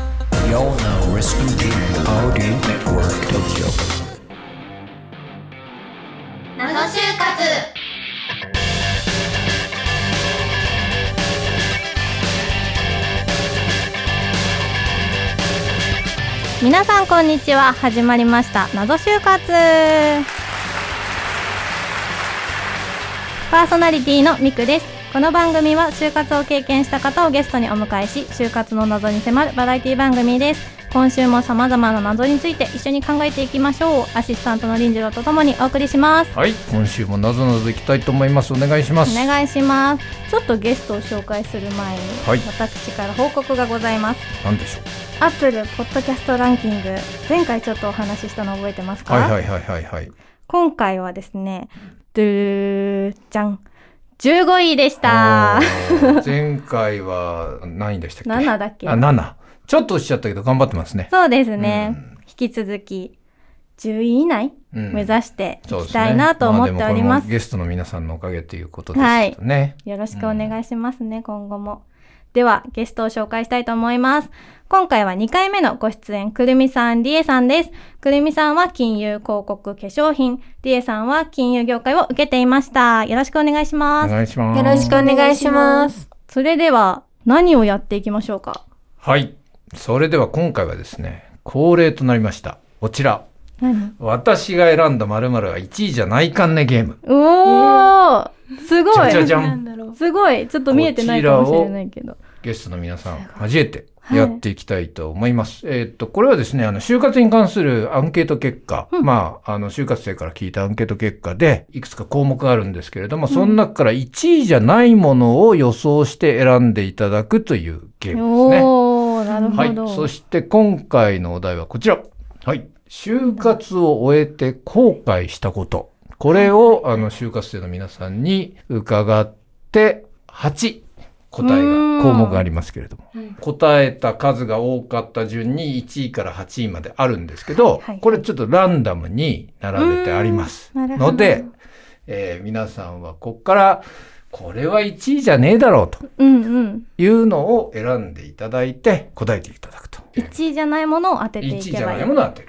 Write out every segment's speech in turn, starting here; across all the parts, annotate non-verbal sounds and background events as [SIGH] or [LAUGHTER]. all now listening to the Audio Network Tokyo. 謎就活皆さんこんにちは始まりました謎就活パーソナリティのみくですこの番組は就活を経験した方をゲストにお迎えし就活の謎に迫るバラエティ番組です今週も様々な謎について一緒に考えていきましょうアシスタントの林次郎とともにお送りしますはい、今週もなぞなぞいきたいと思います。お願いしまおす。願いしますちょっとゲストを紹介する前に、はい私から報告がございますなんでしょアップルポッドキャストランキング前回ちょっとお話ししたの覚えてますう。かはいはいはいはいはい。今回はですね、ドゥーじゃん、15位でした。ー前回は何位でしたっけ？ 7だっけあ、七。ちょっと落ちちゃったけど頑張ってますね。そうですね。引き続き、10位以内、うん目指していそうできすねたいなと思っておりあでもこれます。もゲストの皆さんのおかげということですけどね。よろしくお願いしますね、今後も。では、ゲストを紹介したいと思います。今回は2回目のご出演、くるみさん、りえさんです。くるみさんは金融広告化粧品、りえさんは金融業界を受けていました。よろしくお願いしおます。願いします。よろしくお願いします。それでは、何をやっていきましょうかはい。それでは今回はですね、恒例となりました。こちら。何私が選んだ〇〇は1位じゃないかんねゲーム。うおー、すごじゃじいゃん。だろう。すごいちょっと見えてないかもしれないけど。ゲストの皆さん交えてやっていきたいと思います。えーっと、これはですね、あの、就活に関するアンケート結果、まあ、あの、就活生から聞いたアンケート結果で、いくつか項目があるんですけれども、その中から1位じゃないものを予想して選んでいただくというゲームですね。おー、なるはほい。ど。そして今回のお題はこちら。はい。就活を終えて後悔したこと。これを、あの、就活生の皆さんに伺って、8答えが、項目がありますけれども。答えた数が多かった順に1位から8位まであるんですけど、いはいこれちょっとランダムに並べてあります。うーんなるほどので、えー皆さんはこっから、これは1位じゃねえだろうとうんうん。いうのを選んでいただいて答えていただくと。 1位じゃないものを当てて1位いじけゃばないいい。もわのを当てる。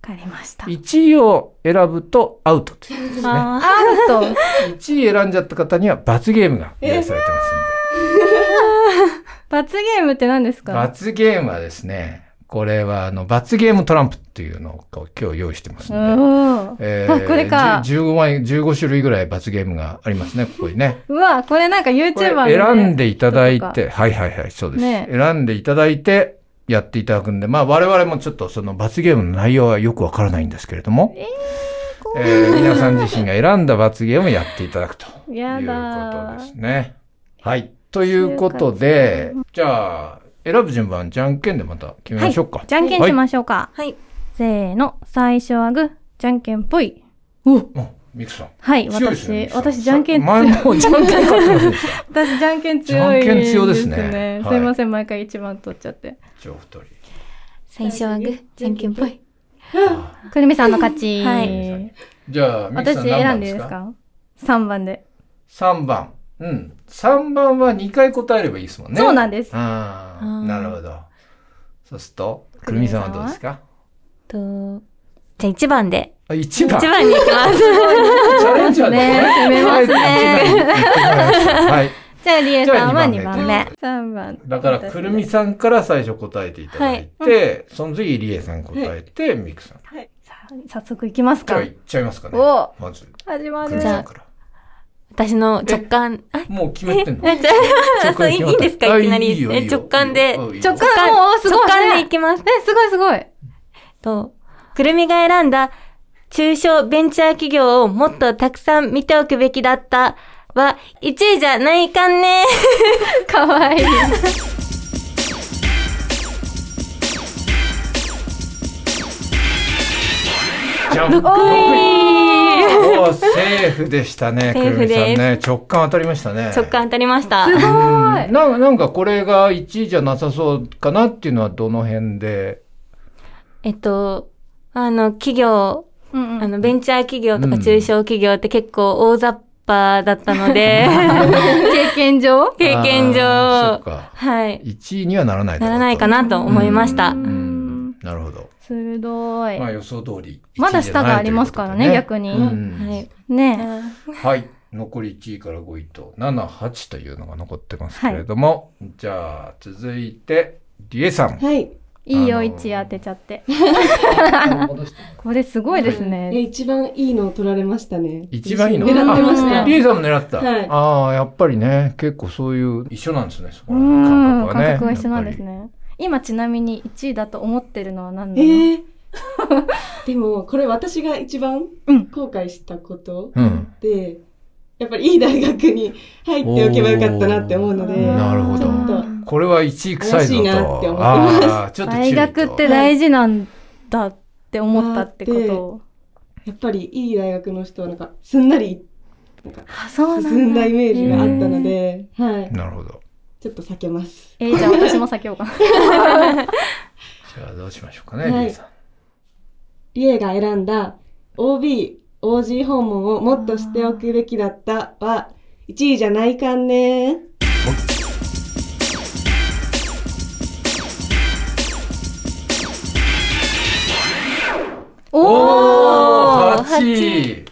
かりました。 1位を選ぶとアウトということですね。あアウト。 1位選んじゃった方には罰ゲームが用意されてますんで。罰ゲームって何ですか罰ゲームはですね、これはあの罰ゲームトランプっていうのを今日用意してますおので。ーえあこれかじゅ15枚、15種類ぐらい罰ゲームがありますね、ここにね。うわ、これなんか YouTuber これでね選んでいただいとかて、はいはいはい、そうです。ね選んでいただいて、やっていただくんで、まあ我々もちょっとその罰ゲームの内容はよくわからないんですけれども、えー皆さん自身が選んだ罰ゲームをやっていただくと。いやだうことですね。はい。ということで、じゃあ、選ぶ順番、じゃんけんでまた決めましょうか。じゃんけんしましょうか。はい。せーの、最初はグー、じゃんけんぽい。おおミクさん。はい、強いです私ね、私、じゃんけん強い。前もじゃんけん勝ってますね。私じゃんけん強いじゃんけん強いですねはいすいません、毎回一番取っちゃって。じゃあ、お二人。[LAUGHS] 最初はグー、じゃんけんぽい。くるみさんの勝ち。はいじゃあ、ミク私さん何選番んででいいすでかすか ?3 番で。 ?3 番。うん。3番は2回答えればいいですもんね。そうんなんです。ああ、あーなるほど。そうすると、くるみさんはどうですかと、じゃあ1番で。あ、1 1番。番に行きます。チャレンジャーですね。ね攻めますねね。はい。じゃあ、りえさじんは2ゃあ番二番目目。 3番。だから、くるみさんから最初答えていただいて、その次、りえさん答えて、みくさん。さ早速いきますじゃかあ、い。っちゃいますかね。おまず、始まくるるみ。さんから。私の直感、あ、もう決まってんのえじゃあ、そういいいいんですかいきなり。え直感で。直直直感、感おーすごい直感でねいきます。ね、すごいすごい。と、くるみが選んだ中小ベンチャー企業をもっとたくさん見ておくべきだったは1位じゃないかんね。かわいい。じゃん。お直ーセーフでしたね、くセーるフみでさすんね。直感当たりましたね。感当たりました。すうん。ごい。なんか、なんかこれが1位じゃなさそうかなっていうのはどの辺で。えっと、あの、企業うんうあんの、ベンチャー企業とうかん中小企業って結構大雑把だったの [LAUGHS] で、経験上経験あーそ上う、か。はい、 1位にはならないだなろうらないかなと思いましたうう。んなるほど。鋭い。まあ予想通り。まだ下がありますからね、逆に。うんはい。ねはい。残り1位から5位と、7、8というのが残ってますけれども、じゃあ続いて、リエ [LAUGHS] さん。はい。え、いいよ、あの位ー置当てちゃって。あこれすごいですえね。一番いいのを取られましたね。一番いいの狙ってましあたリ。エさんも狙ってた。はいああ、やっぱりね、結構そういう、一緒なんですね、そこうらん、辺感感覚はね。覚は一緒なんですやっね。今ちなみに1位だと思ってるのは何なの、ええ [LAUGHS] でも、これ私が一番うん後悔したことぱり。うん。で、やっぱりいい大学に入っておけばよかったなって思うのおーで、なるほどちょっとこれは1位臭いぞ怪しいなって思ってと。ますああ、ちょっと注意大と学って大事なんだって思ったってことを。やっぱりいい大学の人はなんか、すんなりあ、そうなんだ。進んだイメージがあったへのーで、はい。なるほど。ちょっと避けます。えーじゃあ私も避けようか [LAUGHS] な。じゃあどうしましょうかはね、いリエさん。リエが選んだ OB、OG 訪問をもっとしておくべきだったは、1位じゃないかんねおーおー !8 位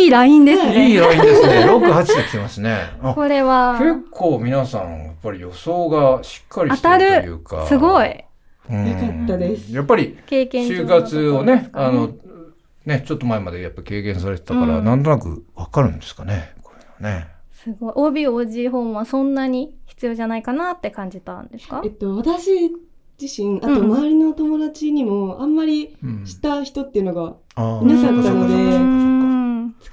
いいラインですね。いいラインですね。6、8で来てますね。あこれは、結構皆さん、やっぱり予想がしっかりしてるというか。すごい。うん。よかったですやっぱり、経験上就のとこ活をろでねす、かあの、ね、ちょっと前までやっぱ経験されてたから、うんなんとなくわかるんですかね、こういうのね。すごい。OB、OG 訪問はそんなに必要じゃないかなって感じたんですかえっと、私自身、あとうんうん周りの友達にも、あんまりうん知った人っていうのが、ああ、いなかったそうのかでそ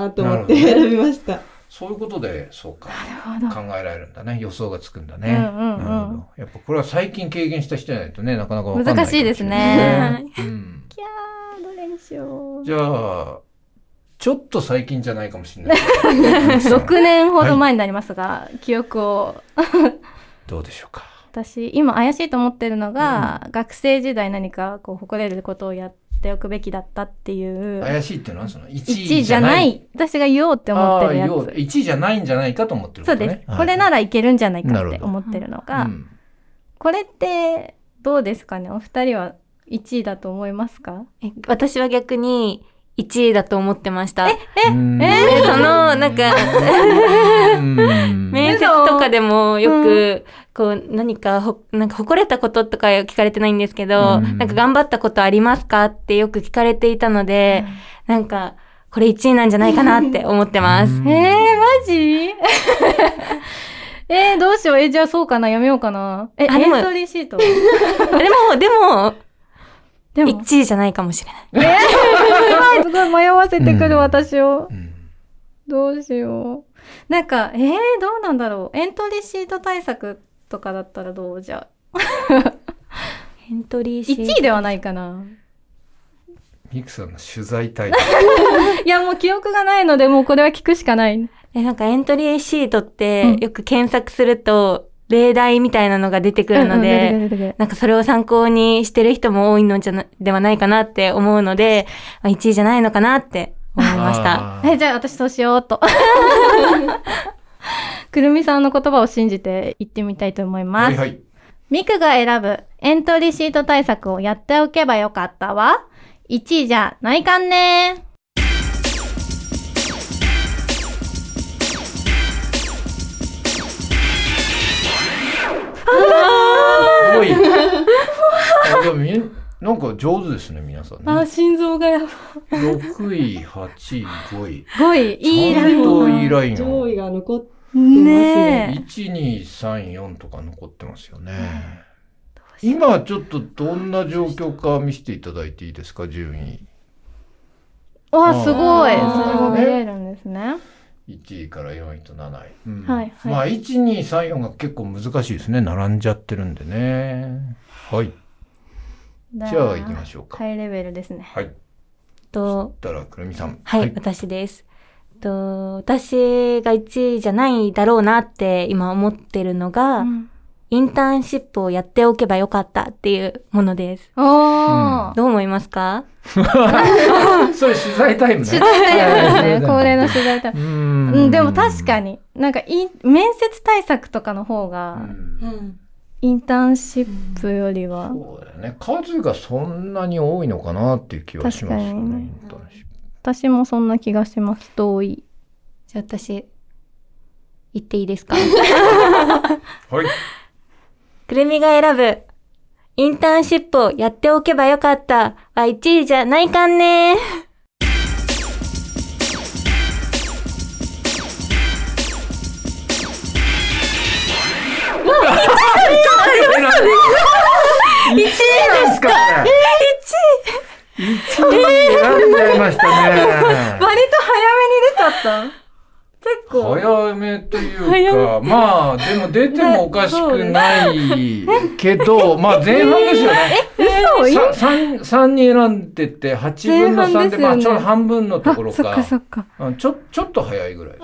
うかそううかそうかんかなーと思っなてるほ選びました。そういうことで、そうか。なるほ考ど。えられるんだね。予想がつくんだうね。んうんうんなるほどやっぱこれは最近経験した人じゃないとね、なかなかわかんないかも難しれいなですね。うんキャー、どれにしよう。じゃあ、ちょっと最近じゃないかもしれ [LAUGHS] ない。 6年ほど前になりますが、記憶を。どうでしょうか。私、今怪しいと思ってるのが、学生時代何かこう誇れることをやっておくべきだったっていう。怪しいっていうのはその1 1位位じじゃゃなない。い。私が言おうって思ってるやああ要はつ。 1位じゃないんじゃないかと思ってるこそうとね。です。これなららいけるんじゃないなかっるほてど思ってるのうが、んこれってどうですかねお二人は1位だと思いますかえ私は逆に1位だと思ってました。うんえでその、なんか、うん面接とかでもよく、こう、何かほ、なんか誇れたこととか聞かれてないんですけうど、んなんか頑張ったことありますかってよく聞かれていたので、なんか、これ1位なんじゃないかなって思ってます。うんえー、マジ [LAUGHS] えー、どうしよう。えー、じゃあそうかなやめようかな。え、エンあでもトリーシート。でも、でも、でも、 1位じゃないかもしれない。 [LAUGHS] すごい迷わせてくうるん私を。うんどうしよう。なんか、えー、どうなんだろう。エントリーシート対策とかだったらどうじゃエントリあ。ー1位ではないかな。ミクさんの取材対象。いや、もう記憶がないので、もうこれは聞くしかない。え、なんかエントリーシートっうんて、よく検索すると、例題みたいなのが出てくるので、うんうん出てくる出てくるなんかそれを参考にしてる人も多いのじゃな、ではないかなって思うので、まあ、1位じゃないのかなって思いました。あーえ、じゃあ私そうしよう [LAUGHS] っと。くるみさんの言葉を信じて行ってみたいと思いまはいす。はい。ミクが選ぶエントリーシート対策をやっておけばよかったわ。1位じゃないかんねすごい。あでもみんなんか上手ですね、皆さんね。あ、心臓がやば6位、8位、5位。い。5位、いいラインちゃんといいラインを上位が残っねえ。 1、2、3、4とか残ってますよね。今ちょっとどんな状況か見せていただいていいですか、順位。わ、すごい。あそーれも見れるんですね。 1位から4位と7位。うんはいはいまあ、1、2、3、4が結構難しいですね。並んじゃってるんでね。はい。じじゃあ行きましょうか。ハイレベルですね。はい。とだから、くるみさん。はい、私です。と私が1位じゃないだろうなって今思ってるのが、うんインターンシップをやっておけばよかったっていうものです。おー。どう思いますかそれ取材タイムね。取材だよね。恒例の取材取材タイタムイム。うんうん、でも確かに、なんかい、面接対策とかの方うがんうんインターンシップよりは。そうだよね。数がそんなに多いのかなっていう気はしますよ確かね。にインターンシップ私もそんな気がします。遠い。じゃあ私、言っていいですかはい。くるみが選ぶ、インターンシップをやっておけばよかったは1位じゃないかんね一位ですか。一位。一位選んじゃいましたね。割と早めに出ち [LAUGHS] ゃった結構。早めというか、まあでも出てもおかしくないけど、 [LAUGHS] まあ前半ですよね。嘘いいさ三三に選んでて八分の三でまあ前半ですちよょねうど半分のところあ、そっかか。そっか。うんちょちょっと早いぐらい。 [LAUGHS]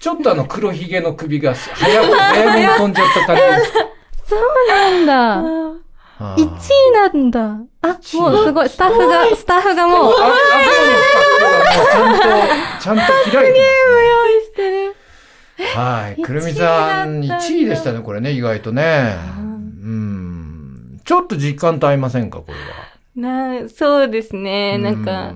ちょっとあの黒ひげの首が早く早めに飛んじゃった感じです。なんだ。あ [LAUGHS] 1ー位なんだ。あ、もう一す位ごい。スタッフが、スタッフがもあ、あ、うそうですか。今日はもうちゃんと、ちゃんと開いて用意してる。ますね。はい。くるみさん、一位だったんだ1位でしたね、これね、意外とね。うん。ちょっと実感と合いませんか、これは。なそうですね。うなんか、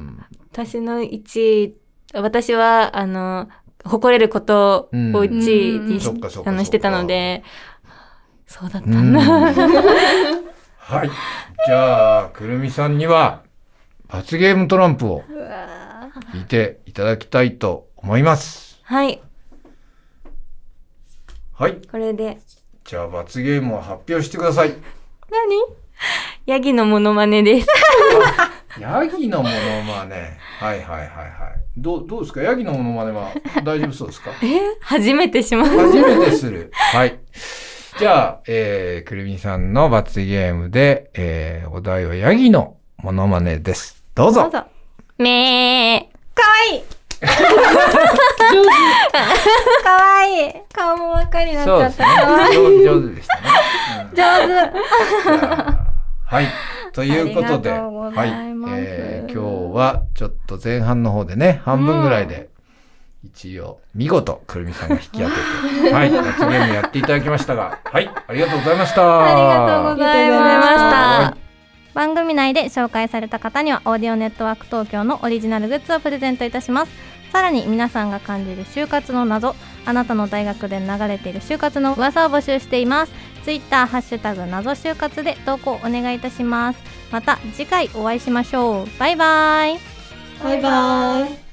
私の1位、私は、あの、誇れることを1位うんにしそっかそっかあそっかのしてたので、そうだったうん。な。はい。じゃあ、くるみさんには、罰ゲームトランプを引いていただきたいと思います。はい、はい。これで、じゃあ、罰ゲームを発表してください。ヤギのモノマネです。 [LAUGHS] ヤギのモノマネ。はいはいはいはい。どう、どうですかヤギのモノマネは大丈夫そうですか初めてしまう。初めてする。はい。じゃあ、えー、くるみさんの罰ゲームで、えー、お題はヤギのモノマネです。どうどぞ。うぞ。めー。かわいいかわいい顔も真っ赤になっちそうゃでっすた。ね。上上手でしたね。うん上手。はい。ということで、ありがとうごはざい、いますえー今日はちょっと前半の方でね、半分ぐらいで、一応、見事、くるみさんが引き当てて、はい、罰ゲームやっていただきましたが、はい、ありがとうございました。ありがとうございありがとうございましたます。番組内で紹介された方にはオーディオネットワーク東京のオリジナルグッズをプレゼントいたしますさらに皆さんが感じる就活の謎あなたの大学で流れている就活の噂を募集していますツイッターハッシュタグ謎就活で投稿お願いいたしますまた次回お会いしましょうバイバイバイバイ。